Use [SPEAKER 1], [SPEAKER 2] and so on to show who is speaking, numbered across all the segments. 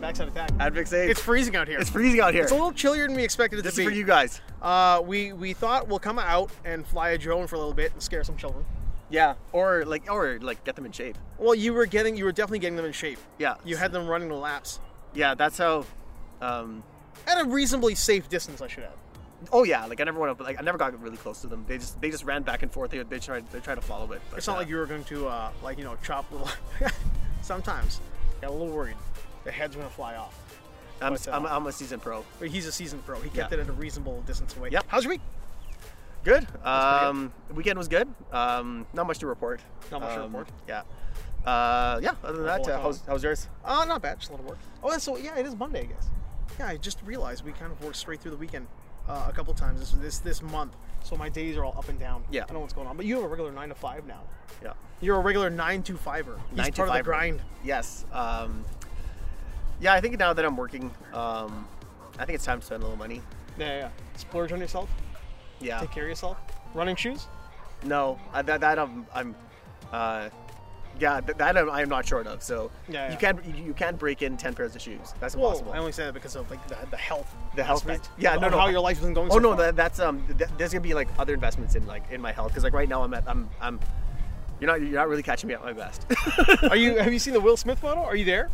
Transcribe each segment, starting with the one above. [SPEAKER 1] Backside attack.
[SPEAKER 2] Advix eight.
[SPEAKER 1] It's freezing out here.
[SPEAKER 2] It's freezing out here.
[SPEAKER 1] It's a little chillier than we expected it
[SPEAKER 2] this
[SPEAKER 1] to
[SPEAKER 2] is
[SPEAKER 1] be.
[SPEAKER 2] for you guys.
[SPEAKER 1] Uh, we we thought we'll come out and fly a drone for a little bit and scare some children.
[SPEAKER 2] Yeah. Or like, or like, get them in shape.
[SPEAKER 1] Well, you were getting you were definitely getting them in shape.
[SPEAKER 2] Yeah.
[SPEAKER 1] You had them running the laps
[SPEAKER 2] Yeah. That's how. Um,
[SPEAKER 1] at a reasonably safe distance, I should add.
[SPEAKER 2] oh yeah. Like I never went up. Like I never got really close to them. They just they just ran back and forth. They they tried they tried to follow it. but,
[SPEAKER 1] It's not
[SPEAKER 2] uh,
[SPEAKER 1] like you were going to uh, like you know chop little. Sometimes got a little worried. The head's gonna fly off.
[SPEAKER 2] I'm,
[SPEAKER 1] but, uh,
[SPEAKER 2] I'm, I'm a season pro.
[SPEAKER 1] But he's a seasoned pro. He kept
[SPEAKER 2] Yeah.
[SPEAKER 1] it at a reasonable distance away.
[SPEAKER 2] Yep.
[SPEAKER 1] How's your week?
[SPEAKER 2] Good. Um, weekend was good. Um, not much to report.
[SPEAKER 1] Not much to
[SPEAKER 2] Um,
[SPEAKER 1] report.
[SPEAKER 2] Yeah. Uh, yeah. Other than that,
[SPEAKER 1] Well,
[SPEAKER 2] uh, how's, how's yours?
[SPEAKER 1] Uh, not bad. Just a little work. Oh, and so yeah, it is Monday, I guess. Yeah, I just realized we kind of worked straight through the weekend uh, a couple times this this this month. So my days are all up and down.
[SPEAKER 2] Yeah.
[SPEAKER 1] I don't know what's going on, but you have a regular nine to five now.
[SPEAKER 2] Yeah.
[SPEAKER 1] You're a regular nine to fiver. He's
[SPEAKER 2] Nine to
[SPEAKER 1] part of the
[SPEAKER 2] fiver.
[SPEAKER 1] grind.
[SPEAKER 2] Yes. Um, yeah. I think now that I'm working, um, I think it's time to spend a little money.
[SPEAKER 1] Yeah, yeah. yeah. Splurge on yourself.
[SPEAKER 2] Yeah.
[SPEAKER 1] Take care of yourself. Running shoes.
[SPEAKER 2] No, I, that, that I'm, I'm uh, yeah, th- that I'm, I'm not short of. So
[SPEAKER 1] Yeah, yeah.
[SPEAKER 2] you can you, you can break in ten pairs of shoes. That's impossible.
[SPEAKER 1] I only say that because of like the, the health.
[SPEAKER 2] the health,
[SPEAKER 1] aspect.
[SPEAKER 2] yeah, no,
[SPEAKER 1] Of
[SPEAKER 2] no,
[SPEAKER 1] How your life isn't going.
[SPEAKER 2] Oh
[SPEAKER 1] so
[SPEAKER 2] no,
[SPEAKER 1] far.
[SPEAKER 2] that, that's um, th- there's gonna be like other investments in like in my health because like right now I'm at I'm I'm, you're not you're not really catching me at my best.
[SPEAKER 1] Are you? Have you seen the Will Smith photo? Are you there?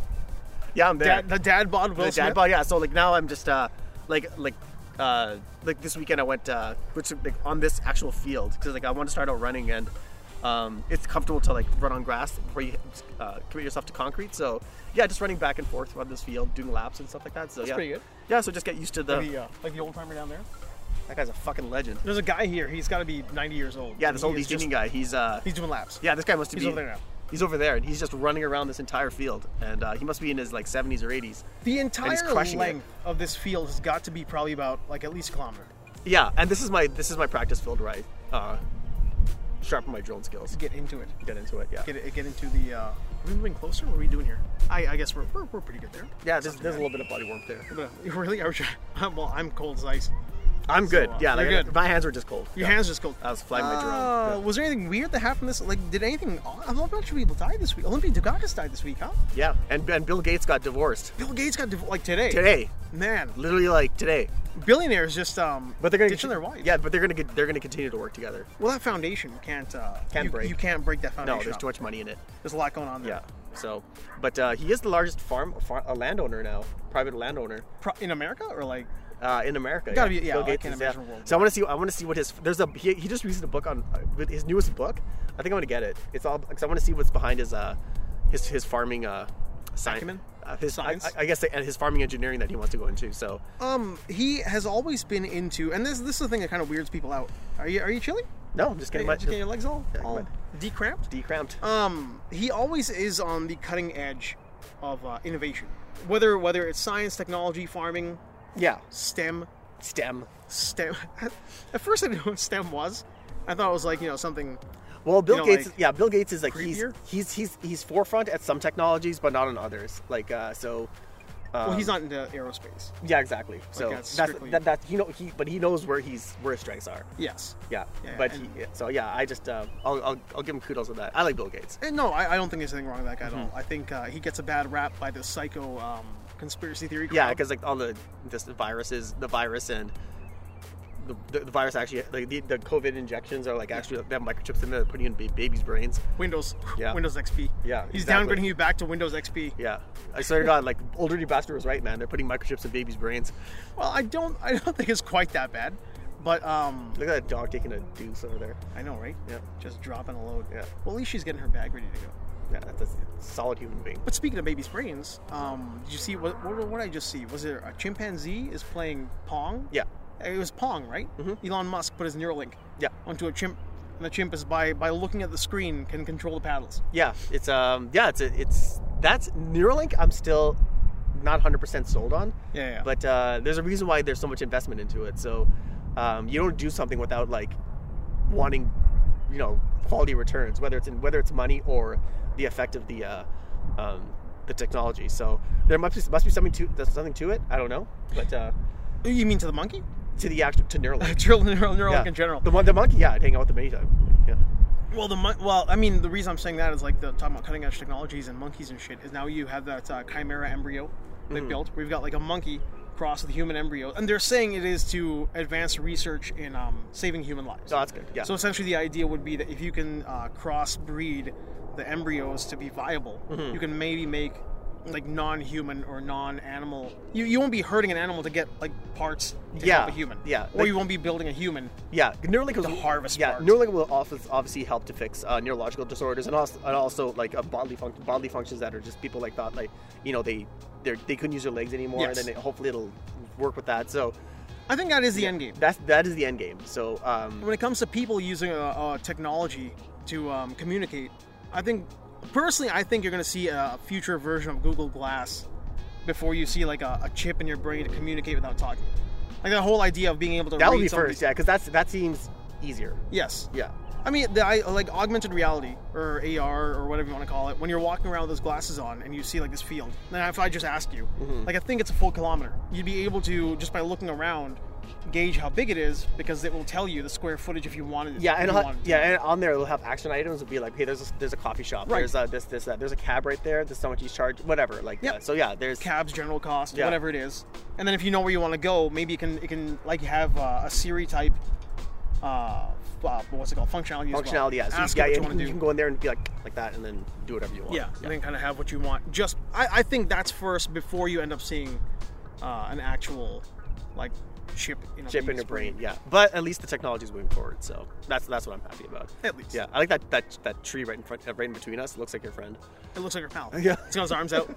[SPEAKER 2] yeah, I'm there.
[SPEAKER 1] Dad, the dad bod Will
[SPEAKER 2] the
[SPEAKER 1] Smith.
[SPEAKER 2] dad bod. Yeah. So like now I'm just uh like like uh like this weekend I went uh which like on this actual field because like I want to start out running and um it's comfortable to like run on grass before you uh, commit yourself to concrete. So yeah, just running back and forth on this field, doing laps and stuff like that. So yeah,
[SPEAKER 1] pretty good.
[SPEAKER 2] Yeah. So just get used to the
[SPEAKER 1] The, uh, like the old timer down there.
[SPEAKER 2] that guy's a fucking legend.
[SPEAKER 1] There's a guy here. He's got to be 90 years old.
[SPEAKER 2] Yeah,
[SPEAKER 1] and
[SPEAKER 2] this
[SPEAKER 1] he
[SPEAKER 2] old
[SPEAKER 1] is
[SPEAKER 2] East
[SPEAKER 1] just-
[SPEAKER 2] Indian guy. He's uh
[SPEAKER 1] He's doing laps.
[SPEAKER 2] yeah, this guy must be
[SPEAKER 1] He's over there now.
[SPEAKER 2] He's over there, and he's just running around this entire field, and uh, he must be in his like 70s or 80s.
[SPEAKER 1] The entire length
[SPEAKER 2] crushing it.
[SPEAKER 1] of this field has got to be probably about like at least a kilometer.
[SPEAKER 2] Yeah, and this is my this is my practice field where I uh, sharpen my drone skills.
[SPEAKER 1] Get into it.
[SPEAKER 2] Get into it, yeah.
[SPEAKER 1] Get it. Get into the. Uh, are we moving closer? What are we doing here? I, I guess we're, we're, we're pretty good there.
[SPEAKER 2] Yeah, there's, there's a little bit of body warmth there.
[SPEAKER 1] But really, I was. Well, I'm cold as ice.
[SPEAKER 2] I'm good.
[SPEAKER 1] So, uh,
[SPEAKER 2] yeah,
[SPEAKER 1] you're
[SPEAKER 2] like,
[SPEAKER 1] good.
[SPEAKER 2] my hands were just cold.
[SPEAKER 1] Your
[SPEAKER 2] Yeah.
[SPEAKER 1] hands just go.
[SPEAKER 2] I was flying my drone.
[SPEAKER 1] Uh,
[SPEAKER 2] Yeah.
[SPEAKER 1] Was there anything weird that happened this? Like, did anything? odd- I'm not sure people died this week. Olympia Dukakis died this week, huh?
[SPEAKER 2] Yeah, and, and Bill Gates got divorced
[SPEAKER 1] Bill Gates got div- like today.
[SPEAKER 2] today,
[SPEAKER 1] Man,
[SPEAKER 2] literally like today.
[SPEAKER 1] billionaires just um.
[SPEAKER 2] But they're gonna
[SPEAKER 1] ditching their wives.
[SPEAKER 2] Yeah, but they're gonna get, they're gonna continue to work together.
[SPEAKER 1] Well, that foundation can't. Uh,
[SPEAKER 2] Can't
[SPEAKER 1] you,
[SPEAKER 2] break.
[SPEAKER 1] You can't break that foundation.
[SPEAKER 2] No, there's
[SPEAKER 1] up.
[SPEAKER 2] too much money in it.
[SPEAKER 1] There's a lot going on there.
[SPEAKER 2] Yeah. So, but uh, he is the largest farm, farm a landowner now, private landowner.
[SPEAKER 1] Pro- in America or like.
[SPEAKER 2] uh, in America.
[SPEAKER 1] Gotta be- yeah,
[SPEAKER 2] Bill
[SPEAKER 1] I
[SPEAKER 2] Gates
[SPEAKER 1] can't
[SPEAKER 2] is-
[SPEAKER 1] imagine a world
[SPEAKER 2] So I want to see. I want to see what his. There's a. He, he just released a book on uh, with his newest book. I think I'm gonna get it. It's all because I want to see what's behind his uh his his farming uh science.
[SPEAKER 1] Acumen?
[SPEAKER 2] Uh, his
[SPEAKER 1] Science?
[SPEAKER 2] I, I guess and his farming engineering that he wants to go into. So
[SPEAKER 1] Um, he has always been into, and this this is the thing that kind of weirds people out. Are you are you chilly?
[SPEAKER 2] no, I'm just
[SPEAKER 1] Are
[SPEAKER 2] getting
[SPEAKER 1] you
[SPEAKER 2] my
[SPEAKER 1] just getting your legs all,
[SPEAKER 2] Yeah,
[SPEAKER 1] all
[SPEAKER 2] but-
[SPEAKER 1] decramped?
[SPEAKER 2] decramped.
[SPEAKER 1] Um, he always is on the cutting edge of uh, innovation, whether whether it's science, technology, farming,
[SPEAKER 2] yeah,
[SPEAKER 1] STEM,
[SPEAKER 2] STEM.
[SPEAKER 1] STEM. At first, I didn't know what STEM was. I thought it was like you know something.
[SPEAKER 2] Well, Bill
[SPEAKER 1] know,
[SPEAKER 2] Gates,
[SPEAKER 1] like,
[SPEAKER 2] yeah, Bill Gates is like he's,
[SPEAKER 1] creepier?
[SPEAKER 2] he's he's he's forefront at some technologies, but not on others. Like uh, so,
[SPEAKER 1] Well, he's not
[SPEAKER 2] Um.
[SPEAKER 1] into aerospace.
[SPEAKER 2] yeah, exactly. So
[SPEAKER 1] that's
[SPEAKER 2] that's
[SPEAKER 1] strictly-
[SPEAKER 2] that, that he know he, but he knows where he's where his strengths are.
[SPEAKER 1] Yes.
[SPEAKER 2] Yeah,
[SPEAKER 1] Yeah,
[SPEAKER 2] but
[SPEAKER 1] and-
[SPEAKER 2] he, so yeah, I just uh, I'll, I'll I'll give him kudos with that. I like Bill Gates.
[SPEAKER 1] And Eh, no, I, I don't think there's anything wrong with that guy
[SPEAKER 2] Mm-hmm.
[SPEAKER 1] at all. I think uh, he gets a bad rap by the psycho um, conspiracy theory. Crowd.
[SPEAKER 2] Yeah, because like all the just the viruses, the virus and the, the, the virus actually like the, the COVID injections are like actually they have microchips in there putting in ba- babies' brains.
[SPEAKER 1] Windows,
[SPEAKER 2] Yeah.
[SPEAKER 1] Windows XP.
[SPEAKER 2] Yeah,
[SPEAKER 1] he's
[SPEAKER 2] exactly.
[SPEAKER 1] downgrading you back to Windows XP.
[SPEAKER 2] Yeah, I swear to God, like old dirty bastard was right, man. They're putting microchips in babies' brains.
[SPEAKER 1] Well, I don't, I don't think it's quite that bad, but um,
[SPEAKER 2] Look at that dog taking a deuce over there.
[SPEAKER 1] I know, right?
[SPEAKER 2] Yeah.
[SPEAKER 1] just dropping a load.
[SPEAKER 2] Yeah.
[SPEAKER 1] Well, at least she's getting her bag ready to go.
[SPEAKER 2] Yeah, that's a solid human being.
[SPEAKER 1] But speaking of baby's brains, um, did you see what, what? What did I just see? Was there a chimpanzee is playing pong?
[SPEAKER 2] Yeah,
[SPEAKER 1] It was pong, right? Mm-hmm. Elon Musk put his Neuralink
[SPEAKER 2] yeah,
[SPEAKER 1] onto a chimp, and the chimp is by by looking at the screen can control the paddles.
[SPEAKER 2] yeah. It's um yeah, it's a, it's that's Neuralink. I'm still not 100% sold on.
[SPEAKER 1] Yeah, yeah.
[SPEAKER 2] But uh, there's a reason why there's so much investment into it. So um, you don't do something without like wanting, you know, quality returns, whether it's in whether it's money or the effect of the uh, um, the technology. So there must be must be something to there's something to it. I don't know, but uh,
[SPEAKER 1] you mean to the monkey?
[SPEAKER 2] to the actual to Neuralink,
[SPEAKER 1] Neural, neural, Neuralink
[SPEAKER 2] yeah.
[SPEAKER 1] in general.
[SPEAKER 2] the mon- the monkey, yeah, I'd hang out with them anytime. Yeah.
[SPEAKER 1] Well, the mon- well, I mean, the reason I'm saying that is like the talking about cutting edge technologies and monkeys and shit is now you have that uh, chimera embryo they
[SPEAKER 2] Mm-hmm.
[SPEAKER 1] built. We've got like a monkey crossed with human embryo, and they're saying it is to advance research in um, saving human lives.
[SPEAKER 2] So that's good. Yeah.
[SPEAKER 1] So essentially, the idea would be that if you can uh, crossbreed the embryos to be viable,
[SPEAKER 2] Mm-hmm.
[SPEAKER 1] you can maybe make like non-human or non-animal. You, you won't be hurting an animal to get like parts to
[SPEAKER 2] Yeah,
[SPEAKER 1] help a human.
[SPEAKER 2] yeah.
[SPEAKER 1] Or you won't be building a human.
[SPEAKER 2] Yeah, Neuralink was
[SPEAKER 1] The harvest
[SPEAKER 2] Yeah,
[SPEAKER 1] part.
[SPEAKER 2] Neuralink will obvi- obviously help to fix uh, neurological disorders and also, and also like uh, bodily func- bodily functions that are just people like thought like you know they they they couldn't use their legs anymore
[SPEAKER 1] Yes.
[SPEAKER 2] and then it, hopefully it'll work with that. So
[SPEAKER 1] I think that is the end game.
[SPEAKER 2] that's that is the end game. So um,
[SPEAKER 1] When it comes to people using uh, uh, technology to um, communicate, I think personally, I think you're going to see a future version of Google Glass before you see like a, a chip in your brain to communicate without talking. Like that whole idea of being able to
[SPEAKER 2] that would
[SPEAKER 1] read
[SPEAKER 2] be
[SPEAKER 1] somebody's-
[SPEAKER 2] first. Yeah, because that's that seems easier.
[SPEAKER 1] Yes.
[SPEAKER 2] Yeah.
[SPEAKER 1] I mean, the, I, like augmented reality or AR or whatever you want to call it. When you're walking around with those glasses on and you see like this field, then if I just ask you,
[SPEAKER 2] Mm-hmm.
[SPEAKER 1] like I think it's a full kilometer, you'd be able to just by looking around gauge how big it is because it will tell you the square footage if you wanted. it-
[SPEAKER 2] Yeah,
[SPEAKER 1] if
[SPEAKER 2] and
[SPEAKER 1] you
[SPEAKER 2] I'll-
[SPEAKER 1] wanted to.
[SPEAKER 2] yeah, and on there it'll have action items. It'll be like, hey, there's a, there's a coffee shop.
[SPEAKER 1] Right.
[SPEAKER 2] There's uh, this this that. There's a cab right there. This is how much you charge. Whatever. Like
[SPEAKER 1] Yep.
[SPEAKER 2] uh, so. Yeah. There's
[SPEAKER 1] cabs, general cost,
[SPEAKER 2] Yeah.
[SPEAKER 1] whatever it is. And then if you know where you want to go, maybe it can it can like have uh, a Siri type. Uh, f- uh, what's it called? Functionality. as well.
[SPEAKER 2] functionality. Yeah. So
[SPEAKER 1] Ask
[SPEAKER 2] yeah,
[SPEAKER 1] it what you
[SPEAKER 2] and
[SPEAKER 1] want to do.
[SPEAKER 2] you can go in there and be like like that, and then do whatever you want.
[SPEAKER 1] yeah, and then kind of have what you want. Just I, I think that's first before you end up seeing uh, an actual like chip in a
[SPEAKER 2] chip in
[SPEAKER 1] baby's
[SPEAKER 2] your brain. Yeah, but at least the technology is moving forward, so that's that's what I'm happy about.
[SPEAKER 1] At least.
[SPEAKER 2] yeah, I like that that that tree right in front, uh, right in between us. Looks like your friend.
[SPEAKER 1] It looks like your pal.
[SPEAKER 2] Yeah.
[SPEAKER 1] it's got his arms out.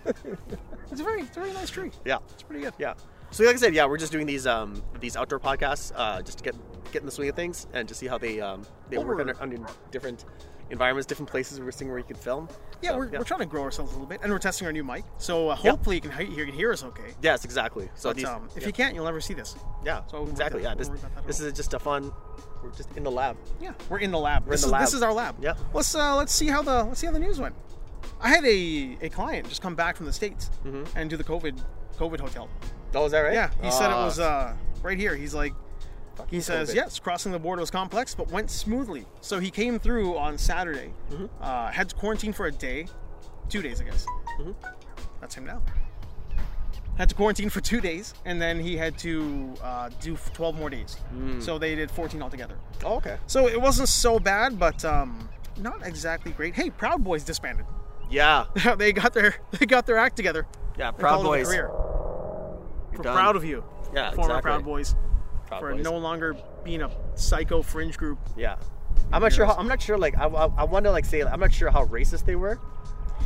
[SPEAKER 1] it's a very, it's a very nice tree.
[SPEAKER 2] Yeah,
[SPEAKER 1] it's pretty good.
[SPEAKER 2] yeah. So like I said, yeah, we're just doing these um these outdoor podcasts uh, just to get get in the swing of things and to see how they um they
[SPEAKER 1] Well,
[SPEAKER 2] work
[SPEAKER 1] we're-
[SPEAKER 2] under, under different environments, different places. We're seeing where you can film.
[SPEAKER 1] yeah.
[SPEAKER 2] So,
[SPEAKER 1] We're, we're trying to grow ourselves a little bit, and we're testing our new mic. So uh, hopefully you can he- you can hear us okay.
[SPEAKER 2] Yes, exactly. So
[SPEAKER 1] But
[SPEAKER 2] these,
[SPEAKER 1] um, if
[SPEAKER 2] yeah,
[SPEAKER 1] you can't, you'll never see this.
[SPEAKER 2] yeah,
[SPEAKER 1] so we'll work
[SPEAKER 2] exactly.
[SPEAKER 1] that-
[SPEAKER 2] Yeah,
[SPEAKER 1] we'll
[SPEAKER 2] this
[SPEAKER 1] work that out.
[SPEAKER 2] this is just a fun. We're just in the lab.
[SPEAKER 1] Yeah, we're in the lab. this
[SPEAKER 2] in
[SPEAKER 1] is,
[SPEAKER 2] the
[SPEAKER 1] This
[SPEAKER 2] lab.
[SPEAKER 1] is our lab.
[SPEAKER 2] Yeah.
[SPEAKER 1] Let's uh, let's see how the let's see how the news went. I had a, a client just come back from the states
[SPEAKER 2] Mm-hmm.
[SPEAKER 1] and do the COVID COVID hotel.
[SPEAKER 2] Oh, is that right?
[SPEAKER 1] Yeah, he said it
[SPEAKER 2] Ah,
[SPEAKER 1] was uh, right here. He's like, he
[SPEAKER 2] fucking
[SPEAKER 1] says
[SPEAKER 2] COVID.
[SPEAKER 1] yes, crossing the border was complex, but went smoothly. So he came through on Saturday,
[SPEAKER 2] Mm-hmm.
[SPEAKER 1] uh, had to quarantine for a day, two days, I guess.
[SPEAKER 2] Mm-hmm.
[SPEAKER 1] That's him now. Had to quarantine for two days, and then he had to uh, do 12 more days.
[SPEAKER 2] Hmm.
[SPEAKER 1] So they did 14 altogether.
[SPEAKER 2] Oh, okay.
[SPEAKER 1] So it wasn't so bad, but um, not exactly great. Hey, Proud Boys disbanded.
[SPEAKER 2] Yeah,
[SPEAKER 1] they got their they got their act together.
[SPEAKER 2] Yeah,
[SPEAKER 1] and
[SPEAKER 2] Proud
[SPEAKER 1] called it a
[SPEAKER 2] Boys.
[SPEAKER 1] career. We're
[SPEAKER 2] done.
[SPEAKER 1] proud of you,
[SPEAKER 2] Yeah,
[SPEAKER 1] former
[SPEAKER 2] exactly.
[SPEAKER 1] Proud Boys,
[SPEAKER 2] Proud
[SPEAKER 1] for
[SPEAKER 2] Boys.
[SPEAKER 1] no longer being a psycho fringe group.
[SPEAKER 2] Yeah, I'm not sure. How, I'm not sure. Like, I, I, I want to like say, like, I'm not sure how racist they were.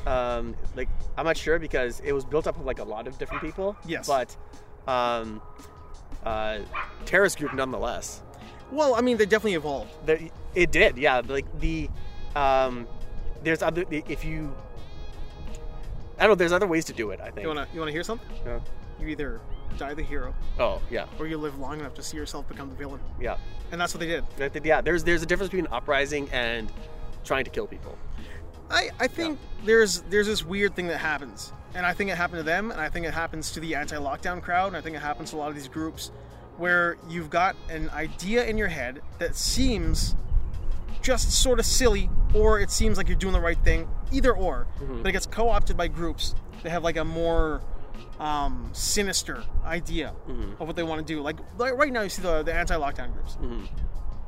[SPEAKER 2] Um, like, I'm not sure because it was built up of like a lot of different people.
[SPEAKER 1] Yes.
[SPEAKER 2] But, um, uh, terrorist group nonetheless.
[SPEAKER 1] Well, I mean, they definitely evolved.
[SPEAKER 2] The, it did. Yeah. Like the, um, there's other if you. I don't know. There's other ways to do it. I think.
[SPEAKER 1] You wanna you wanna hear something?
[SPEAKER 2] Yeah.
[SPEAKER 1] You either die the hero
[SPEAKER 2] Oh yeah,
[SPEAKER 1] or you live long enough to see yourself become the villain,
[SPEAKER 2] yeah.
[SPEAKER 1] and that's what they did.
[SPEAKER 2] That- that- Yeah. There's there's a difference between uprising and trying to kill people.
[SPEAKER 1] I, I think there's there's this weird thing that happens, and I think it happened to them, and I think it happens to the anti-lockdown crowd, and I think it happens to a lot of these groups, where you've got an idea in your head that seems just sort of silly, or it seems like you're doing the right thing, either or, but it gets co-opted by groups that have like a more um, sinister idea of what they want to do. Like, like right now, you see the, the anti-lockdown groups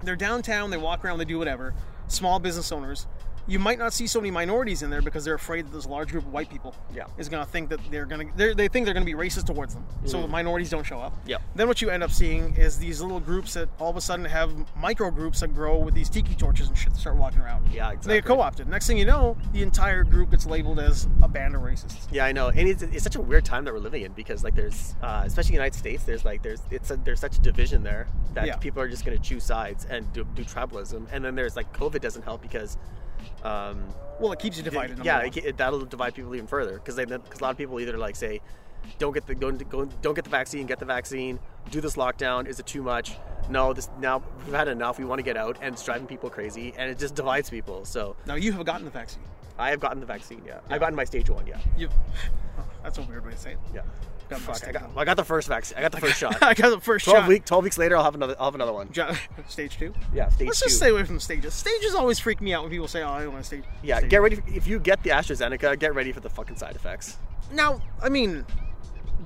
[SPEAKER 1] they're downtown, they walk around, they do whatever. Small business owners. You might not see so many minorities in there because they're afraid that this large group of white people
[SPEAKER 2] Yeah.
[SPEAKER 1] is going to think that they're going to they're, they think they're going to be racist towards them. So the minorities don't show up.
[SPEAKER 2] Yeah.
[SPEAKER 1] Then what you end up seeing is these little groups that all of a sudden have micro groups that grow with these tiki torches and shit that start walking around.
[SPEAKER 2] Yeah,
[SPEAKER 1] And they get
[SPEAKER 2] exactly.
[SPEAKER 1] co-opted. Next thing you know, the entire group gets labeled as a band of racists.
[SPEAKER 2] Yeah, I know, and it's, it's such a weird time that we're living in because like there's, uh, especially in the United States, there's like there's it's a, there's such a division there that
[SPEAKER 1] Yeah.
[SPEAKER 2] people are just going to choose sides and do, do tribalism, and then there's like COVID doesn't help because, um,
[SPEAKER 1] Well, it keeps you divided. number
[SPEAKER 2] yeah,
[SPEAKER 1] one.
[SPEAKER 2] it, it, that'll divide people even further because because a lot of people either like say, don't get the don't, go, don't get the vaccine, get the vaccine, do this lockdown, is it too much? No, this now we've had enough. We want to get out, and it's driving people crazy, and it just divides people. So
[SPEAKER 1] now you have gotten the vaccine.
[SPEAKER 2] I have gotten the vaccine. Yeah, I've gotten my stage one. Yeah,
[SPEAKER 1] You. oh, That's a weird way to say it.
[SPEAKER 2] yeah.
[SPEAKER 1] Got my
[SPEAKER 2] Fuck, I
[SPEAKER 1] second
[SPEAKER 2] got,
[SPEAKER 1] one.
[SPEAKER 2] well, I got the first vaccine. I got the first shot.
[SPEAKER 1] I got the first
[SPEAKER 2] 12
[SPEAKER 1] shot.
[SPEAKER 2] week 12 weeks later i'll have another i'll have another one
[SPEAKER 1] Jo- Stage two.
[SPEAKER 2] yeah stage
[SPEAKER 1] Let's
[SPEAKER 2] two.
[SPEAKER 1] just stay away from stages. Stages always freak me out when people say, "Oh, I don't want to stage."
[SPEAKER 2] yeah
[SPEAKER 1] stage.
[SPEAKER 2] get ready for, if you get the astrazeneca get ready for the fucking side effects
[SPEAKER 1] Now, I mean,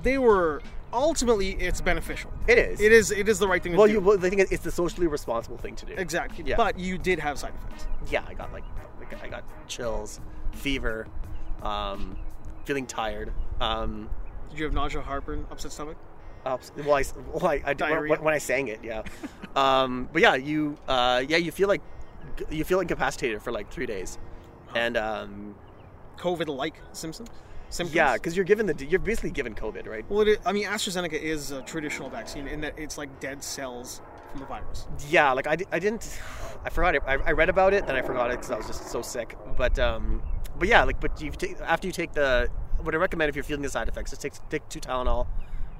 [SPEAKER 1] they were ultimately it's beneficial.
[SPEAKER 2] It is.
[SPEAKER 1] It is it is the right thing to
[SPEAKER 2] Well,
[SPEAKER 1] do.
[SPEAKER 2] you. Well, I think it's the socially responsible thing to do.
[SPEAKER 1] exactly.
[SPEAKER 2] Yeah.
[SPEAKER 1] But you did have side effects.
[SPEAKER 2] yeah, I got like, like, I got chills, fever, um, feeling tired. Um,
[SPEAKER 1] Did you have nausea, heartburn, upset stomach?
[SPEAKER 2] ups- well, I, s- well, I, I did- when-
[SPEAKER 1] Diarrhea.
[SPEAKER 2] when, I sang it, yeah. um, but yeah, you uh, yeah you feel like you feel incapacitated for like three days, and um,
[SPEAKER 1] COVID-like symptoms. Symptoms.
[SPEAKER 2] yeah, because you're given the you're basically given COVID, right?
[SPEAKER 1] Well, it, I mean, AstraZeneca is a traditional vaccine in that it's like dead cells from the virus.
[SPEAKER 2] yeah like i, di- I didn't i forgot it I, I read about it then i forgot it because i was just so sick but um but yeah like but you take after you take the what i recommend if you're feeling the side effects is take take two tylenol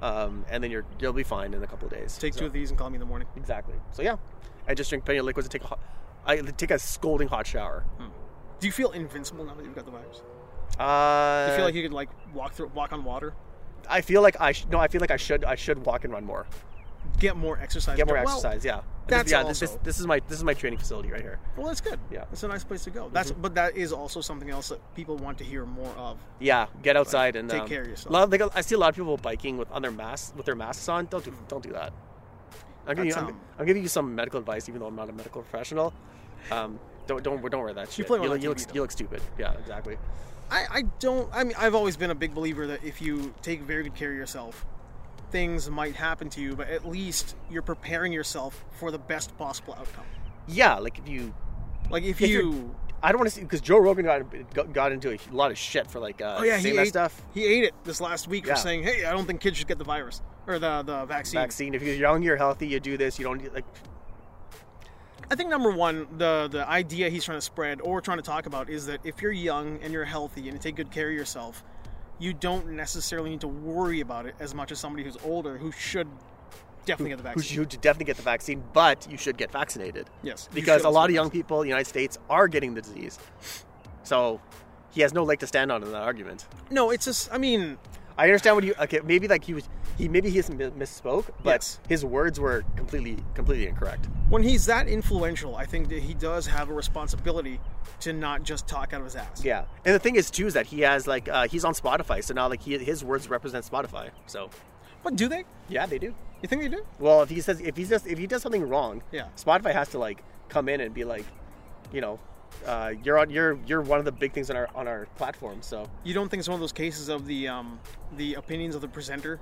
[SPEAKER 2] um and then you're you'll be fine in a couple of days
[SPEAKER 1] Take
[SPEAKER 2] So-
[SPEAKER 1] two of these and call me in the morning.
[SPEAKER 2] exactly so yeah i just drink plenty of liquids and take a hot i take a scolding hot shower
[SPEAKER 1] Do you feel invincible now that you've got the virus?
[SPEAKER 2] uh
[SPEAKER 1] Do you feel like you could like walk through, walk on water,
[SPEAKER 2] i feel like i sh- no i feel like i should i should walk and run more
[SPEAKER 1] get more exercise?
[SPEAKER 2] get more
[SPEAKER 1] Well,
[SPEAKER 2] exercise yeah
[SPEAKER 1] that's
[SPEAKER 2] yeah this, this,
[SPEAKER 1] also-
[SPEAKER 2] this is my this is my training facility right here
[SPEAKER 1] Well, that's good.
[SPEAKER 2] Yeah. Mm-hmm.
[SPEAKER 1] it's a nice place to go. That's but that is also something else that people want to hear more of.
[SPEAKER 2] Yeah, get outside and
[SPEAKER 1] take
[SPEAKER 2] um,
[SPEAKER 1] care of yourself.
[SPEAKER 2] lot- like, I see a lot of people biking with on their masks with their masks on. Don't do don't do that. I'm giving, you,
[SPEAKER 1] That's,
[SPEAKER 2] I'm,
[SPEAKER 1] um,
[SPEAKER 2] I'm giving you some medical advice, even though I'm not a medical professional. Um, don't don't don't wear that shit.
[SPEAKER 1] play one
[SPEAKER 2] you,
[SPEAKER 1] on
[SPEAKER 2] look, you,
[SPEAKER 1] TV,
[SPEAKER 2] look,
[SPEAKER 1] though.
[SPEAKER 2] you look stupid. Yeah, exactly.
[SPEAKER 1] I, I don't. I mean, I've always been a big believer that if you take very good care of yourself, things might happen to you, but at least you're preparing yourself for the best possible outcome.
[SPEAKER 2] Yeah, like if you,
[SPEAKER 1] Like if,
[SPEAKER 2] If you're-
[SPEAKER 1] you,
[SPEAKER 2] I don't want to see because Joe Rogan got got- got into a lot of shit for like uh,
[SPEAKER 1] oh yeah,
[SPEAKER 2] saying
[SPEAKER 1] he
[SPEAKER 2] that
[SPEAKER 1] ate,
[SPEAKER 2] stuff.
[SPEAKER 1] he ate it this last week
[SPEAKER 2] Yeah.
[SPEAKER 1] for saying, "Hey, I don't think kids should get the virus or the the vaccine."
[SPEAKER 2] Vaccine. If you're young, you're healthy. You do this. You don't like.
[SPEAKER 1] I think number one, the the idea he's trying to spread or trying to talk about is that if you're young and you're healthy and you take good care of yourself, you don't necessarily need to worry about it as much as somebody who's older who should definitely get the
[SPEAKER 2] Who
[SPEAKER 1] vaccine.
[SPEAKER 2] should definitely get the vaccine, but you should get vaccinated.
[SPEAKER 1] Yes, you
[SPEAKER 2] because
[SPEAKER 1] should
[SPEAKER 2] a lot
[SPEAKER 1] also.
[SPEAKER 2] of young people in the United States are getting the disease. So he has no leg to stand on in that argument.
[SPEAKER 1] No, it's just. I mean,
[SPEAKER 2] I understand what you okay. Maybe like he was he maybe he mis- misspoke, but
[SPEAKER 1] Yes.
[SPEAKER 2] his words were completely completely incorrect.
[SPEAKER 1] when he's that influential, I think that he does have a responsibility to not just talk out of his ass.
[SPEAKER 2] Yeah, and the thing is too is that he has like uh, he's on Spotify, so now like he, his words represent Spotify. So
[SPEAKER 1] But do they?
[SPEAKER 2] yeah, they do.
[SPEAKER 1] You think they do?
[SPEAKER 2] Well, if he says if he says if he does something wrong,
[SPEAKER 1] Yeah.
[SPEAKER 2] Spotify has to like come in and be like, you know, uh, you're on you're you're one of the big things on our on our platform. So
[SPEAKER 1] You don't think it's one of those cases of the um the opinions of the presenter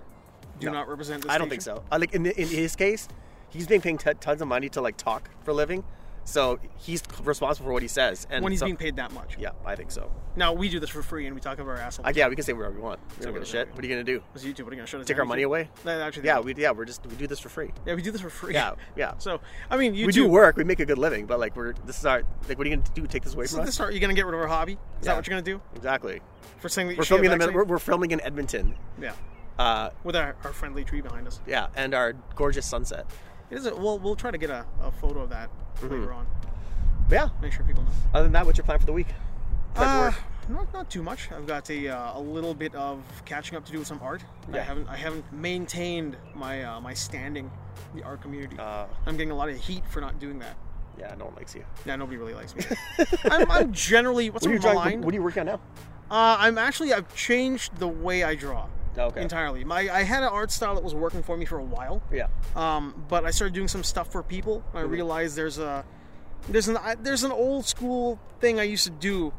[SPEAKER 1] do
[SPEAKER 2] No.
[SPEAKER 1] not represent the
[SPEAKER 2] I don't think so. I like in, in his case, he's been paying t- tons of money to like talk for a living, so he's responsible for what he says. And
[SPEAKER 1] When he's
[SPEAKER 2] so-
[SPEAKER 1] being paid that much.
[SPEAKER 2] yeah, I think so.
[SPEAKER 1] Now we do this for free and we talk about our asshole.
[SPEAKER 2] I, yeah, we can say whatever we want. We don't give a
[SPEAKER 1] whatever
[SPEAKER 2] shit.
[SPEAKER 1] we
[SPEAKER 2] What are you gonna do?
[SPEAKER 1] Is YouTube? What are you gonna shut us
[SPEAKER 2] Take
[SPEAKER 1] down?
[SPEAKER 2] our money away?
[SPEAKER 1] No, actually,
[SPEAKER 2] Yeah,
[SPEAKER 1] no.
[SPEAKER 2] we yeah we're just we do this for free.
[SPEAKER 1] yeah, we do this for free.
[SPEAKER 2] Yeah, yeah.
[SPEAKER 1] So I mean, YouTube,
[SPEAKER 2] we do work. We make a good living, but like we're this is our like what are you gonna do? Take this away
[SPEAKER 1] So
[SPEAKER 2] from
[SPEAKER 1] at the
[SPEAKER 2] us?
[SPEAKER 1] start, you're gonna get rid of our hobby. Is
[SPEAKER 2] Yeah.
[SPEAKER 1] that what you're gonna do
[SPEAKER 2] Exactly.
[SPEAKER 1] for saying that you
[SPEAKER 2] We're
[SPEAKER 1] should get
[SPEAKER 2] filming in the
[SPEAKER 1] vaccinated?
[SPEAKER 2] middle, we're, we're filming in Edmonton.
[SPEAKER 1] Yeah,
[SPEAKER 2] Uh,
[SPEAKER 1] with our, our friendly tree behind us.
[SPEAKER 2] yeah, and our gorgeous sunset.
[SPEAKER 1] It is. A, well, we'll try to get a, a photo of that
[SPEAKER 2] Mm-hmm.
[SPEAKER 1] later on.
[SPEAKER 2] But yeah.
[SPEAKER 1] Make sure people know.
[SPEAKER 2] Other than that, what's your plan for the week? Besides
[SPEAKER 1] Uh,
[SPEAKER 2] work?
[SPEAKER 1] not not too much. I've got a, uh, a little bit of catching up to do with some art.
[SPEAKER 2] Yeah.
[SPEAKER 1] I haven't I haven't maintained my uh, my standing in the art community.
[SPEAKER 2] Uh,
[SPEAKER 1] I'm getting a lot of heat for not doing that.
[SPEAKER 2] yeah, no one likes you.
[SPEAKER 1] Yeah, nobody really likes me. I'm, I'm generally what's
[SPEAKER 2] What are
[SPEAKER 1] my line?
[SPEAKER 2] you drawing? What, what are you working on now?
[SPEAKER 1] Uh, I'm actually I've changed the way I draw
[SPEAKER 2] Okay.
[SPEAKER 1] entirely. My I had an art style that was working for me for a while,
[SPEAKER 2] Yeah.
[SPEAKER 1] um, but I started doing some stuff for people. And I realized there's a there's an I- there's an old school thing I used to do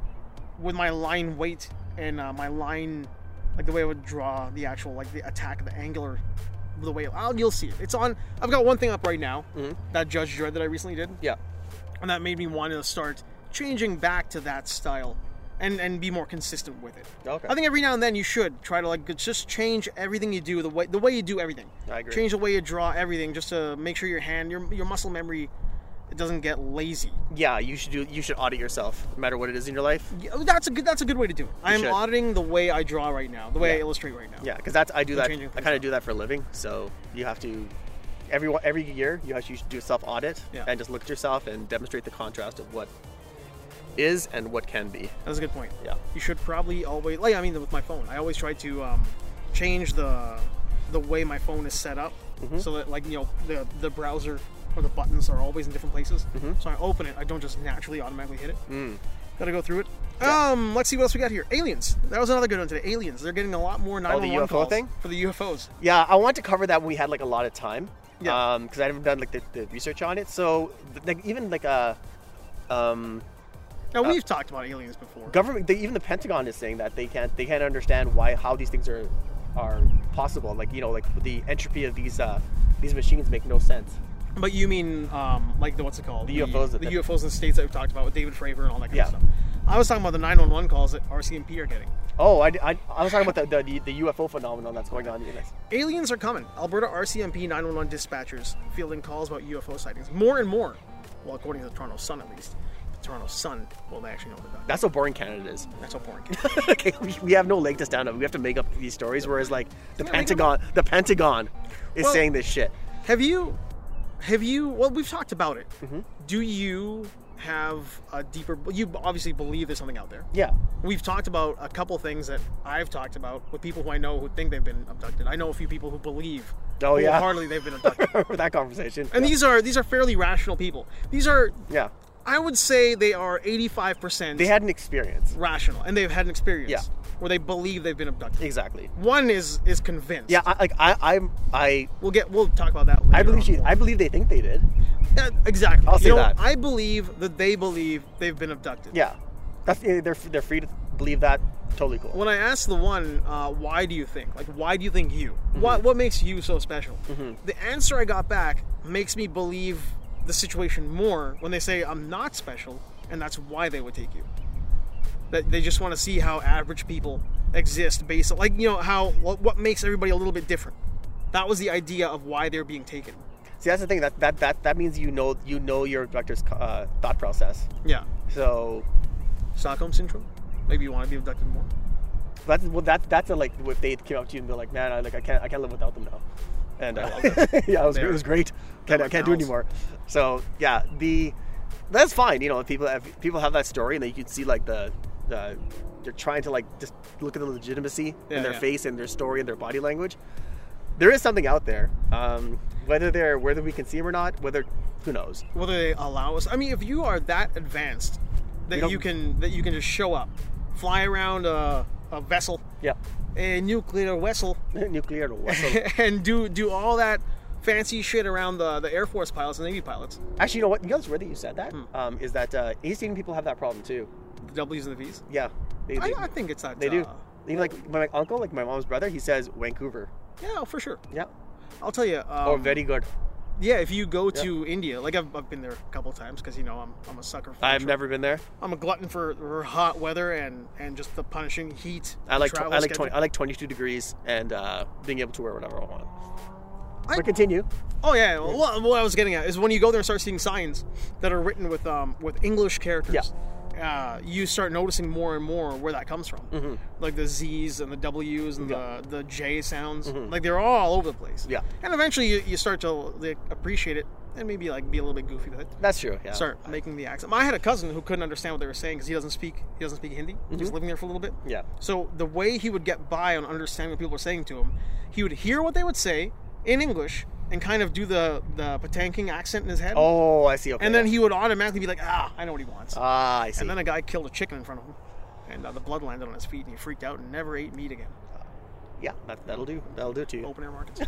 [SPEAKER 1] with my line weight and uh, my line like the way I would draw the actual like the attack the angular the way I'll, you'll see it. It's on. I've got one thing up right now that Judge Dredd that I recently did
[SPEAKER 2] Yeah.
[SPEAKER 1] and that made me want to start changing back to that style and and be more consistent with it.
[SPEAKER 2] Okay.
[SPEAKER 1] I think every now and then you should try to like just change everything you do the way the way you do everything.
[SPEAKER 2] I agree.
[SPEAKER 1] Change the way you draw everything just to make sure your hand your your muscle memory it doesn't get lazy.
[SPEAKER 2] Yeah, you should do. You should audit yourself, no matter what it is in your life.
[SPEAKER 1] Yeah, That's a good that's a good way to do it. I am
[SPEAKER 2] should.
[SPEAKER 1] auditing the way I draw right now, the way I
[SPEAKER 2] Yeah.
[SPEAKER 1] illustrate right now.
[SPEAKER 2] Yeah, because that's I do that.
[SPEAKER 1] changing
[SPEAKER 2] I
[SPEAKER 1] things
[SPEAKER 2] kind
[SPEAKER 1] up.
[SPEAKER 2] of do that for a living. So you have to every one- every year you have to you should do a self audit
[SPEAKER 1] Yeah.
[SPEAKER 2] and just look at yourself and demonstrate the contrast of what is and what can be.
[SPEAKER 1] That's a good point.
[SPEAKER 2] Yeah.
[SPEAKER 1] You should probably always like I mean with my phone. I always try to um, change the the way my phone is set up
[SPEAKER 2] Mm-hmm.
[SPEAKER 1] so that like you know the the
[SPEAKER 2] Mm-hmm. Mm.
[SPEAKER 1] browser or the buttons are always in different places. So I open it, I don't just naturally automatically hit it. Gotta go through it. Um, let's see what else we got here. Aliens. That was another good one today. Aliens. They're getting a lot
[SPEAKER 2] Oh,
[SPEAKER 1] more 911
[SPEAKER 2] UFO
[SPEAKER 1] calls
[SPEAKER 2] thing?
[SPEAKER 1] for the UFOs.
[SPEAKER 2] Yeah, I want to cover that when we had like a lot of time.
[SPEAKER 1] Yeah.
[SPEAKER 2] Because I haven't done like the, the research on it. So th- like even like uh, um,
[SPEAKER 1] Now we've talked about aliens before.
[SPEAKER 2] government, the, even the Pentagon is saying that they can't they can't understand why how these things are are possible. Like you know like the entropy of these uh, these machines make no sense.
[SPEAKER 1] But you mean um, like the what's it called?
[SPEAKER 2] The UFOs
[SPEAKER 1] The,
[SPEAKER 2] that-
[SPEAKER 1] UFOs in the states that we've talked about with David Fravor and all that kind
[SPEAKER 2] Yeah.
[SPEAKER 1] of stuff. I was talking about the 911 calls that RCMP are getting.
[SPEAKER 2] Oh, I, I, I was talking about the, the, the UFO phenomenon that's going on in this.
[SPEAKER 1] Aliens are coming. Alberta RCMP 911 dispatchers fielding calls about UFO sightings. More and more. Well, according to the Toronto Sun, at least. The Toronto Sun. Well, they actually know what they're talking
[SPEAKER 2] That's how boring Canada is.
[SPEAKER 1] about. That's how boring.
[SPEAKER 2] okay, we, we have no leg to stand on. We have to make up these stories. Whereas like
[SPEAKER 1] Yeah,
[SPEAKER 2] the
[SPEAKER 1] make 'em
[SPEAKER 2] Pentagon, the Pentagon is
[SPEAKER 1] Well-
[SPEAKER 2] saying this shit.
[SPEAKER 1] have you? Have you? Well, we've talked about it.
[SPEAKER 2] Mm-hmm.
[SPEAKER 1] Do you have a deeper? You obviously believe there's something out there.
[SPEAKER 2] Yeah.
[SPEAKER 1] We've talked about a couple things that I've talked about with people who I know who think they've been abducted. I know a few people who believe
[SPEAKER 2] Oh, yeah.
[SPEAKER 1] hardly they've been abducted.
[SPEAKER 2] Remember that conversation.
[SPEAKER 1] And
[SPEAKER 2] yeah.
[SPEAKER 1] these are these are fairly rational people. These are
[SPEAKER 2] yeah.
[SPEAKER 1] I would say they are 85%
[SPEAKER 2] They had an experience.
[SPEAKER 1] rational and they've had an experience
[SPEAKER 2] Yeah.
[SPEAKER 1] where they believe they've been abducted.
[SPEAKER 2] Exactly.
[SPEAKER 1] One is is convinced.
[SPEAKER 2] Yeah, I, like I I'm I
[SPEAKER 1] We'll get we'll talk about that later.
[SPEAKER 2] I believe
[SPEAKER 1] on
[SPEAKER 2] she
[SPEAKER 1] more.
[SPEAKER 2] I believe they think they did.
[SPEAKER 1] Yeah, exactly.
[SPEAKER 2] I'll
[SPEAKER 1] You
[SPEAKER 2] say
[SPEAKER 1] know,
[SPEAKER 2] that.
[SPEAKER 1] I believe that they believe they've been abducted.
[SPEAKER 2] Yeah. That's they're they're free to believe that. Totally cool.
[SPEAKER 1] When I asked the one, uh, why do you think? Like, why do you think you? What what makes you so special? The answer I got back makes me believe the situation more when they say I'm not special, and that's why they would take you. That they just want to see how average people exist based on, like you know how what, what makes everybody a little bit different. That was the idea of why they're being taken.
[SPEAKER 2] See, that's the thing that that that, that means you know you know your abductor's uh, thought process.
[SPEAKER 1] Yeah,
[SPEAKER 2] So
[SPEAKER 1] Stockholm syndrome. Maybe you want to be abducted more.
[SPEAKER 2] that's well that that's a, like if they came up to you and be like, man, I like I can't I can't live without them now. And uh, yeah, it was,
[SPEAKER 1] They're-
[SPEAKER 2] it was great. Can't, I
[SPEAKER 1] like
[SPEAKER 2] can't do it
[SPEAKER 1] owls.
[SPEAKER 2] anymore. So yeah, the that's fine. You know, if people have people have that story and then you can see like the the they're trying to like just look at the legitimacy
[SPEAKER 1] Yeah,
[SPEAKER 2] in their
[SPEAKER 1] yeah.
[SPEAKER 2] face and their story and their body language. There is something out there. Um, whether they're whether we can see them or not, whether who knows.
[SPEAKER 1] whether they allow us. I mean, if you are that advanced
[SPEAKER 2] You
[SPEAKER 1] that
[SPEAKER 2] don't-
[SPEAKER 1] you can that you can just show up, fly around a, a vessel,
[SPEAKER 2] Yeah,
[SPEAKER 1] a nuclear vessel,
[SPEAKER 2] nuclear or what. So,
[SPEAKER 1] and do do all that fancy shit around the the Air Force pilots and Navy pilots,
[SPEAKER 2] Actually, you know what? You know what's weird that you said that
[SPEAKER 1] Hmm.
[SPEAKER 2] um, is that uh, Asian people have that problem too.
[SPEAKER 1] the W's and the V's.
[SPEAKER 2] Yeah, they,
[SPEAKER 1] I,
[SPEAKER 2] they-
[SPEAKER 1] I think it's that
[SPEAKER 2] They do.
[SPEAKER 1] uh,
[SPEAKER 2] Even like my, my uncle, like my mom's brother, he says Vancouver.
[SPEAKER 1] Yeah, for sure.
[SPEAKER 2] Yeah.
[SPEAKER 1] I'll tell you. Um,
[SPEAKER 2] oh, very good.
[SPEAKER 1] yeah, if you go to India, like I've, I've been there a couple times because you know I'm, I'm a sucker for.
[SPEAKER 2] I've
[SPEAKER 1] tra-
[SPEAKER 2] never been there.
[SPEAKER 1] I'm a glutton for, for hot weather and and just the punishing heat.
[SPEAKER 2] I like tw-
[SPEAKER 1] travel
[SPEAKER 2] I like
[SPEAKER 1] schedule.
[SPEAKER 2] twenty I like twenty two degrees and uh, being able to wear whatever I want.
[SPEAKER 1] I-
[SPEAKER 2] But continue.
[SPEAKER 1] Oh yeah. Well, what- what I was getting at is when you go there and start seeing signs that are written with um, with English characters, uh, you start noticing more and more where that comes from,
[SPEAKER 2] Mm-hmm.
[SPEAKER 1] like the Z's and the W's and the the J sounds. Like they're all over the place.
[SPEAKER 2] Mm-hmm. Yeah.
[SPEAKER 1] And eventually you, you start to like, appreciate it and maybe like be a little bit goofy with it.
[SPEAKER 2] That's true. Yeah.
[SPEAKER 1] Start making the accent. I had a cousin who couldn't understand what they were saying because he doesn't speak he doesn't speak Hindi. He was
[SPEAKER 2] Mm-hmm.
[SPEAKER 1] living there for a little bit.
[SPEAKER 2] Yeah.
[SPEAKER 1] So the way he would get by on understanding what people were saying to him, he would hear what they would say in English and kind of do the the Patanking accent in his head.
[SPEAKER 2] Oh, I see. Okay.
[SPEAKER 1] and then
[SPEAKER 2] yeah.
[SPEAKER 1] he would automatically be like, ah, I know what he wants.
[SPEAKER 2] Ah, I see.
[SPEAKER 1] and then a guy killed a chicken in front of him, and uh, the blood landed on his feet, and he freaked out and never ate meat again.
[SPEAKER 2] Ah. yeah, that, that'll do. That'll do it to you.
[SPEAKER 1] Open air markets.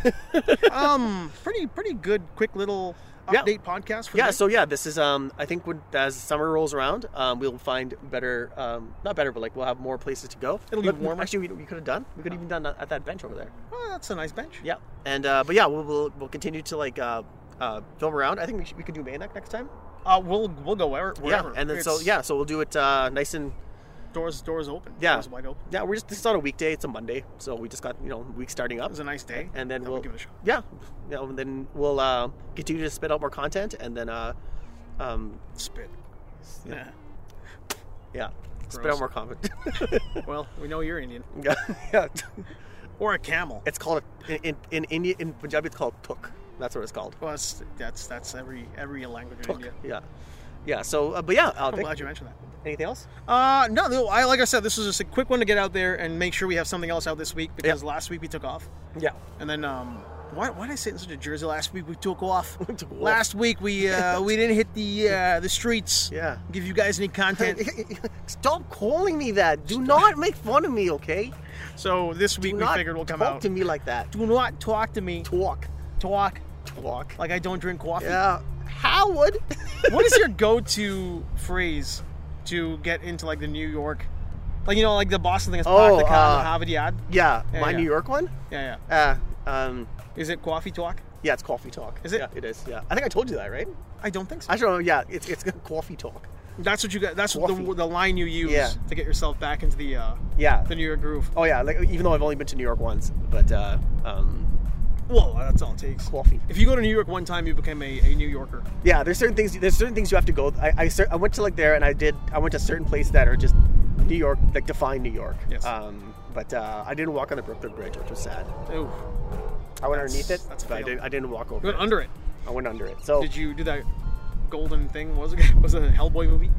[SPEAKER 1] um, pretty pretty good, quick little
[SPEAKER 2] Yeah.
[SPEAKER 1] update podcast. For
[SPEAKER 2] Yeah.
[SPEAKER 1] today.
[SPEAKER 2] So yeah, this is. Um, I think when as summer rolls around, um, we'll find better. Um, not better, but like we'll have more places to go.
[SPEAKER 1] It'll be
[SPEAKER 2] Look,
[SPEAKER 1] warmer.
[SPEAKER 2] Actually, we, we could have done. We could even done that- at that bench over there.
[SPEAKER 1] Well, Oh, that's a nice bench.
[SPEAKER 2] Yeah, and uh, but yeah, we'll, we'll we'll continue to like uh, uh, film around. I think we, should, we could do Manak next time.
[SPEAKER 1] Uh, we'll we'll go wherever. wherever.
[SPEAKER 2] Yeah, and then so
[SPEAKER 1] It's-
[SPEAKER 2] yeah, so we'll do it uh, nice and
[SPEAKER 1] doors doors open.
[SPEAKER 2] Yeah.
[SPEAKER 1] doors wide open.
[SPEAKER 2] yeah. We're just this is not a weekday; it's a Monday, so we just got you know week starting
[SPEAKER 1] It
[SPEAKER 2] up,
[SPEAKER 1] was a nice day,
[SPEAKER 2] and then
[SPEAKER 1] Thought
[SPEAKER 2] we'll
[SPEAKER 1] give it a shot.
[SPEAKER 2] yeah, you know, and then we'll uh, continue to spit out more content, and then uh, um,
[SPEAKER 1] Spit. Yeah.
[SPEAKER 2] yeah, spit
[SPEAKER 1] Gross.
[SPEAKER 2] out more content.
[SPEAKER 1] Well, we know you're Indian
[SPEAKER 2] yeah, yeah,
[SPEAKER 1] or a camel.
[SPEAKER 2] it's called in in, in India in Punjabi it's called tuk. That's what it's called.
[SPEAKER 1] Well, that's that's, that's every every language in
[SPEAKER 2] Tuk.
[SPEAKER 1] India.
[SPEAKER 2] Yeah, yeah. So, uh, but yeah, uh,
[SPEAKER 1] I'm
[SPEAKER 2] Vic,
[SPEAKER 1] glad you mentioned that.
[SPEAKER 2] anything else?
[SPEAKER 1] Uh, no, no, I like I said, this was just a quick one to get out there and make sure we have something else out this week because last week we took off,
[SPEAKER 2] Yeah.
[SPEAKER 1] and then um, Why, why did I say it in such a jersey last week? We took off.
[SPEAKER 2] Took off.
[SPEAKER 1] last week we uh, we didn't hit the uh, the streets.
[SPEAKER 2] Yeah.
[SPEAKER 1] Give you guys any content.
[SPEAKER 2] Stop calling me that. Do not make fun of me, okay?
[SPEAKER 1] So this week
[SPEAKER 2] Do
[SPEAKER 1] we
[SPEAKER 2] not
[SPEAKER 1] figured we'll come
[SPEAKER 2] talk
[SPEAKER 1] out.
[SPEAKER 2] to me like that.
[SPEAKER 1] Do not talk to me.
[SPEAKER 2] Talk,
[SPEAKER 1] Talk
[SPEAKER 2] talk.
[SPEAKER 1] like I don't drink coffee.
[SPEAKER 2] Yeah, Howard.
[SPEAKER 1] what is your go-to phrase to get into like the New York, like you know, like the Boston thing is
[SPEAKER 2] Oh,
[SPEAKER 1] "Pak the
[SPEAKER 2] uh,
[SPEAKER 1] Khan Harvard Yad."
[SPEAKER 2] yeah,
[SPEAKER 1] Yeah,
[SPEAKER 2] my
[SPEAKER 1] yeah.
[SPEAKER 2] New York one.
[SPEAKER 1] Yeah, yeah.
[SPEAKER 2] Uh, um,
[SPEAKER 1] Is it coffee talk?
[SPEAKER 2] yeah, it's coffee talk.
[SPEAKER 1] Is it?
[SPEAKER 2] Yeah, it is. Yeah, I think I told you that, right?
[SPEAKER 1] I don't think so.
[SPEAKER 2] I don't know. Yeah, it's it's coffee talk.
[SPEAKER 1] that's what you got. That's what the,
[SPEAKER 2] Coffee.
[SPEAKER 1] the line you use
[SPEAKER 2] Yeah.
[SPEAKER 1] to get yourself back into the uh,
[SPEAKER 2] Yeah.
[SPEAKER 1] the New York groove.
[SPEAKER 2] Oh yeah, like even though I've only been to New York once, but uh, um,
[SPEAKER 1] Well, that's all it takes.
[SPEAKER 2] coffee.
[SPEAKER 1] If you go to New York one time, you become a, a New Yorker.
[SPEAKER 2] Yeah, there's certain things. There's certain things you have to go. I I, cer- I went to like there, and I did. I went to certain places that are just New York, like define New York.
[SPEAKER 1] Yes.
[SPEAKER 2] Um, but uh, I didn't walk on the Brooklyn Bridge, which was sad.
[SPEAKER 1] Oh,
[SPEAKER 2] I went
[SPEAKER 1] That's-
[SPEAKER 2] underneath it.
[SPEAKER 1] that's a
[SPEAKER 2] but I
[SPEAKER 1] fail.
[SPEAKER 2] didn't. I didn't walk
[SPEAKER 1] you
[SPEAKER 2] over.
[SPEAKER 1] went under it.
[SPEAKER 2] I went under it. So
[SPEAKER 1] Did you do that golden thing? What was it? Was it a Hellboy movie?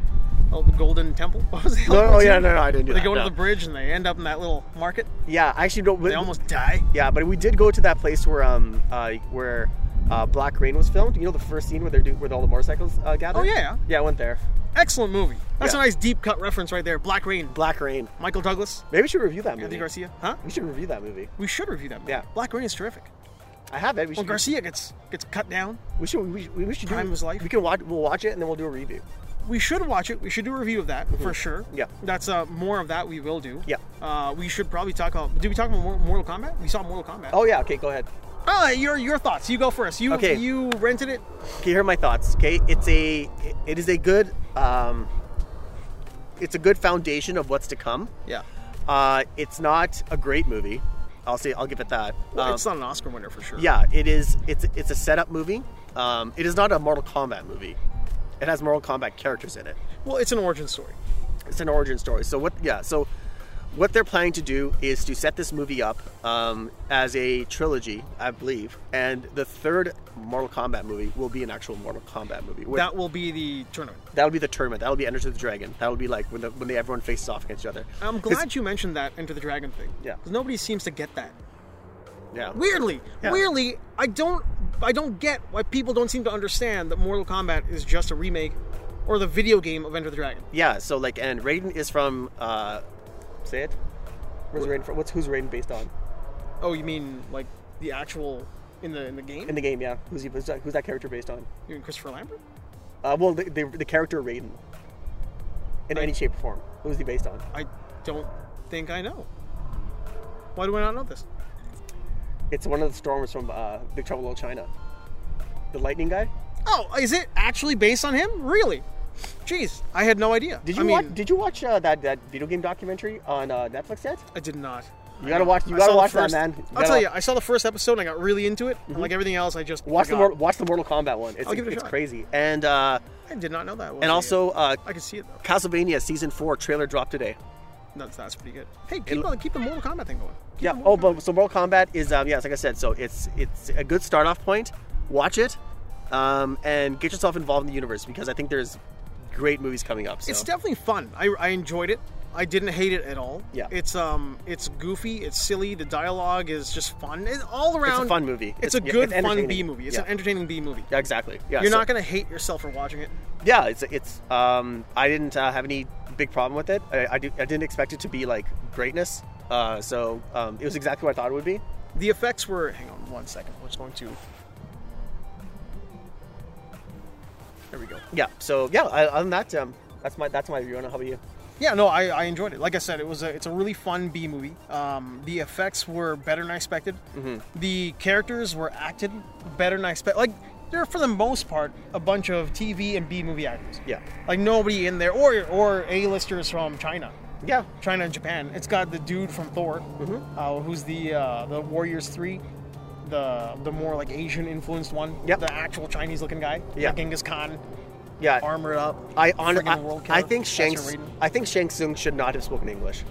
[SPEAKER 1] Oh, the Golden Temple? What was it?
[SPEAKER 2] No, oh, yeah, no, no, I didn't do
[SPEAKER 1] They
[SPEAKER 2] that,
[SPEAKER 1] go to
[SPEAKER 2] no.
[SPEAKER 1] the bridge and they end up in that little market.
[SPEAKER 2] yeah, I actually don't.
[SPEAKER 1] They almost die.
[SPEAKER 2] Yeah, but we did go to that place where um uh, where uh, Black Rain was filmed. You know the first scene where they're do- with all the motorcycles uh, gathered.
[SPEAKER 1] Oh, yeah.
[SPEAKER 2] Yeah, I went there.
[SPEAKER 1] Excellent movie. That's
[SPEAKER 2] Yeah.
[SPEAKER 1] a nice deep cut reference right there. Black Rain.
[SPEAKER 2] Black Rain.
[SPEAKER 1] Michael Douglas.
[SPEAKER 2] Maybe we should review that movie.
[SPEAKER 1] Andy Garcia. Huh?
[SPEAKER 2] We should review that movie.
[SPEAKER 1] We should review that movie.
[SPEAKER 2] Yeah.
[SPEAKER 1] Black Rain is terrific.
[SPEAKER 2] I have it. We should.
[SPEAKER 1] Well, Garcia gets gets cut down.
[SPEAKER 2] We should. We should, we should do.
[SPEAKER 1] Prime of his life.
[SPEAKER 2] We can watch. We'll watch it and then we'll do a review.
[SPEAKER 1] We should watch it. We should do a review of that for sure.
[SPEAKER 2] Mm-hmm. Yeah.
[SPEAKER 1] That's uh, more of that we will do.
[SPEAKER 2] Yeah.
[SPEAKER 1] Uh, we should probably talk about. Did we talk about Mor- Mortal Kombat? We saw Mortal Kombat.
[SPEAKER 2] Oh yeah. Okay. Go ahead.
[SPEAKER 1] Ah, your your thoughts. You go first. You
[SPEAKER 2] Okay.
[SPEAKER 1] you rented it.
[SPEAKER 2] Okay. Here are my thoughts. Okay. It's a. It is a good. Um, it's a good foundation of what's to come.
[SPEAKER 1] Yeah.
[SPEAKER 2] Uh, it's not a great movie. I'll say. I'll give it that.
[SPEAKER 1] Well,
[SPEAKER 2] Um,
[SPEAKER 1] it's not an Oscar winner for sure.
[SPEAKER 2] Yeah, it is. It's it's a setup movie. Um, it is not a Mortal Kombat movie. It has Mortal Kombat characters in it.
[SPEAKER 1] Well, it's an origin story.
[SPEAKER 2] It's an origin story. So what? Yeah. So what they're planning to do is to set this movie up um, as a trilogy, I believe, and the third Mortal Kombat movie will be an actual Mortal Kombat movie. With,
[SPEAKER 1] That will be the tournament.
[SPEAKER 2] that'll be the tournament. That'll be Enter the Dragon. That'll be like when the, when they, everyone faces off against each other.
[SPEAKER 1] I'm glad you mentioned that Enter the Dragon thing.
[SPEAKER 2] Yeah.
[SPEAKER 1] Because nobody seems to get that.
[SPEAKER 2] Yeah.
[SPEAKER 1] Weirdly,
[SPEAKER 2] Yeah.
[SPEAKER 1] weirdly, I don't, I don't get why people don't seem to understand that Mortal Kombat is just a remake or the video game of Enter the Dragon.
[SPEAKER 2] Yeah. So like, and Raiden is from. Uh, say it. Where's Raiden from? What's who's Raiden based on?
[SPEAKER 1] Oh, you mean like the actual in the in the game?
[SPEAKER 2] in the game. Yeah, who's he, who's, that, who's that character based on?
[SPEAKER 1] you mean Christopher Lambert?
[SPEAKER 2] Uh, well, the, the, the character Raiden, in any shape or form. Who's he based on?
[SPEAKER 1] I don't think I know. Why do I not know this?
[SPEAKER 2] It's one of the storms from uh, Big Trouble in Little China. The lightning guy.
[SPEAKER 1] Oh, is it actually based on him? Really? Jeez, I had no idea.
[SPEAKER 2] Did you
[SPEAKER 1] I mean,
[SPEAKER 2] watch? Did you watch uh, that that video game documentary on uh, Netflix yet?
[SPEAKER 1] I did not.
[SPEAKER 2] You gotta watch. You
[SPEAKER 1] I saw
[SPEAKER 2] gotta
[SPEAKER 1] the
[SPEAKER 2] watch that,
[SPEAKER 1] first-
[SPEAKER 2] man. You
[SPEAKER 1] I'll
[SPEAKER 2] gotta Mm-hmm.
[SPEAKER 1] tell you, I saw the first episode and I got really into it. And like everything else, I just
[SPEAKER 2] Watch the
[SPEAKER 1] forgot.
[SPEAKER 2] Mor- watch the Mortal Kombat one. It's,
[SPEAKER 1] I'll give it a
[SPEAKER 2] it's
[SPEAKER 1] shot.
[SPEAKER 2] crazy. And uh,
[SPEAKER 1] I did not know that. was
[SPEAKER 2] and
[SPEAKER 1] a-
[SPEAKER 2] also uh,
[SPEAKER 1] I can see it though.
[SPEAKER 2] Castlevania season four trailer dropped today.
[SPEAKER 1] That's that's pretty good. Hey, keep, the, keep the Mortal Kombat thing going. Keep
[SPEAKER 2] Yeah.
[SPEAKER 1] the Mortal
[SPEAKER 2] Oh, but so Mortal Kombat is um, yeah, it's like I said, so it's it's a good start off point. Watch it, um, and get yourself involved in the universe because I think there's great movies coming up. So.
[SPEAKER 1] It's definitely fun. I, I enjoyed it. I didn't hate it at all.
[SPEAKER 2] Yeah.
[SPEAKER 1] It's um it's goofy, it's silly, the dialogue is just fun. It's all around
[SPEAKER 2] fun movie.
[SPEAKER 1] It's,
[SPEAKER 2] It's-
[SPEAKER 1] a
[SPEAKER 2] yeah,
[SPEAKER 1] good
[SPEAKER 2] it's
[SPEAKER 1] fun
[SPEAKER 2] entertaining.
[SPEAKER 1] B movie. It's
[SPEAKER 2] Yeah.
[SPEAKER 1] an entertaining B movie.
[SPEAKER 2] yeah, exactly. Yeah.
[SPEAKER 1] You're
[SPEAKER 2] so-
[SPEAKER 1] not gonna hate yourself for watching it.
[SPEAKER 2] Yeah. It's it's um, I didn't uh, have any big problem with it. I I, do, I didn't expect it to be like greatness. Uh, so um, it was exactly what I thought it would be.
[SPEAKER 1] The effects were hang on one second, I was going to There we go.
[SPEAKER 2] Yeah. So yeah. I, other than that, um, that's my that's my review. I don't know how about you?
[SPEAKER 1] Yeah, no, I, I enjoyed it. Like I said, it was a, it's a really fun B movie. Um, the effects were better than I expected.
[SPEAKER 2] Mm-hmm.
[SPEAKER 1] The characters were acted better than I expected. Like they're for the most part a bunch of TV and B movie actors.
[SPEAKER 2] Yeah.
[SPEAKER 1] like nobody in there or or A listers from China,
[SPEAKER 2] Yeah.
[SPEAKER 1] China and Japan. It's got the dude from Thor,
[SPEAKER 2] Mm-hmm.
[SPEAKER 1] uh, who's the uh, the Warriors three, the the more like Asian influenced one.
[SPEAKER 2] Yep.
[SPEAKER 1] the actual Chinese looking guy.
[SPEAKER 2] Yeah.
[SPEAKER 1] like Genghis Khan,
[SPEAKER 2] Yeah.
[SPEAKER 1] armored up.
[SPEAKER 2] I honestly,
[SPEAKER 1] friggin' world
[SPEAKER 2] I, I
[SPEAKER 1] killer.
[SPEAKER 2] think
[SPEAKER 1] That's
[SPEAKER 2] Shang,
[SPEAKER 1] your reading.
[SPEAKER 2] I think Shang Tsung should not have spoken English.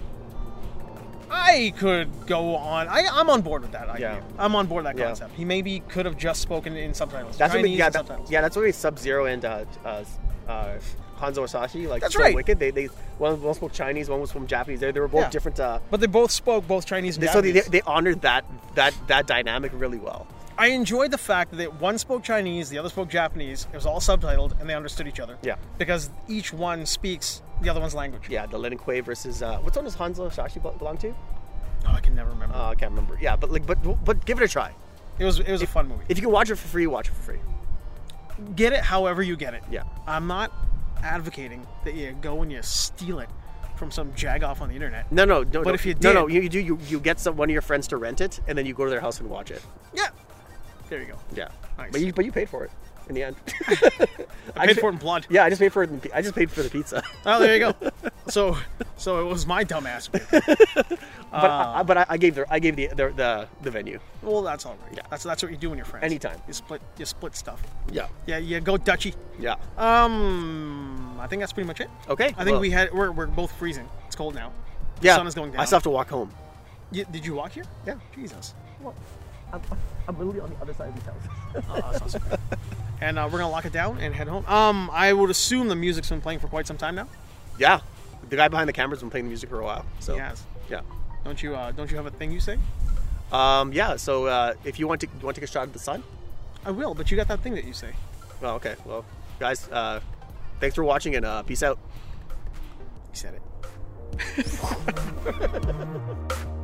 [SPEAKER 1] I could go on. I, I'm on board with that idea.
[SPEAKER 2] Yeah.
[SPEAKER 1] I'm on board with that
[SPEAKER 2] Yeah.
[SPEAKER 1] concept. He maybe could have just spoken in subtitles.
[SPEAKER 2] That's what we,
[SPEAKER 1] Chinese
[SPEAKER 2] yeah,
[SPEAKER 1] and
[SPEAKER 2] that-
[SPEAKER 1] subtitles.
[SPEAKER 2] yeah, that's what we Sub Zero and uh, uh, uh, Hanzo Asahi like
[SPEAKER 1] That's
[SPEAKER 2] so
[SPEAKER 1] right.
[SPEAKER 2] wicked. They, they one, one spoke Chinese, one was from Japanese. They, they were both
[SPEAKER 1] Yeah.
[SPEAKER 2] different. Uh,
[SPEAKER 1] But they both spoke both Chinese and
[SPEAKER 2] they, so they,
[SPEAKER 1] Japanese.
[SPEAKER 2] they honored that that that dynamic really well.
[SPEAKER 1] I enjoyed the fact that one spoke Chinese, the other spoke Japanese. It was all subtitled, and they understood each other.
[SPEAKER 2] Yeah.
[SPEAKER 1] Because each one speaks the other one's language.
[SPEAKER 2] Yeah, the Lenin Quay versus uh, what zone does Hanzo Shashi bel- belong to?
[SPEAKER 1] Oh, I can never remember.
[SPEAKER 2] Uh, I can't remember. Yeah, but like, but but give it a try.
[SPEAKER 1] it was it was a fun movie.
[SPEAKER 2] If you can watch it for free, watch it for free.
[SPEAKER 1] get it however you get it.
[SPEAKER 2] Yeah.
[SPEAKER 1] I'm not advocating that you go and you steal it from some jagoff on the internet.
[SPEAKER 2] No, no, no. no.
[SPEAKER 1] if you
[SPEAKER 2] no, no,
[SPEAKER 1] did-
[SPEAKER 2] you, you do. You, you get some one of your friends to rent it, and then you go to their house and watch it.
[SPEAKER 1] Yeah. There you go.
[SPEAKER 2] Yeah,
[SPEAKER 1] Nice.
[SPEAKER 2] but you but you paid for it in the end.
[SPEAKER 1] I paid for it in blood.
[SPEAKER 2] Yeah, I just paid for it. In, pi- I just paid for the pizza.
[SPEAKER 1] Oh, there you go. so, so it was my dumbass.
[SPEAKER 2] But
[SPEAKER 1] Ah.
[SPEAKER 2] I, I- but I, I gave the I gave the the the, the venue.
[SPEAKER 1] Well, that's all right.
[SPEAKER 2] Yeah.
[SPEAKER 1] That's that's what you do when you're friends.
[SPEAKER 2] Anytime.
[SPEAKER 1] You split you split stuff.
[SPEAKER 2] Yeah,
[SPEAKER 1] Yeah, yeah. Go Dutchy.
[SPEAKER 2] yeah.
[SPEAKER 1] Um, I think that's pretty much it.
[SPEAKER 2] Okay.
[SPEAKER 1] I think
[SPEAKER 2] well,
[SPEAKER 1] we had we're, we're both freezing. It's cold now.
[SPEAKER 2] Yeah,
[SPEAKER 1] The sun is going down.
[SPEAKER 2] I still have to walk home.
[SPEAKER 1] You- did you walk here?
[SPEAKER 2] Yeah.
[SPEAKER 1] Jesus.
[SPEAKER 2] Well, I'm, I'm literally on the other side of the house.
[SPEAKER 1] Oh, that's awesome. and uh, we're gonna lock it down and head home. Um, I would assume the music's been playing for quite some time now.
[SPEAKER 2] yeah, the guy behind the camera's been playing the music for a while. So
[SPEAKER 1] He has.
[SPEAKER 2] yeah.
[SPEAKER 1] Don't you uh, don't you have a thing you say?
[SPEAKER 2] Um, yeah. So uh, if you want to, you want to take a shot at the sun?
[SPEAKER 1] I will, but you got that thing that you say.
[SPEAKER 2] Well, okay. Well, guys, uh, thanks for watching and uh, peace out.
[SPEAKER 1] You said it.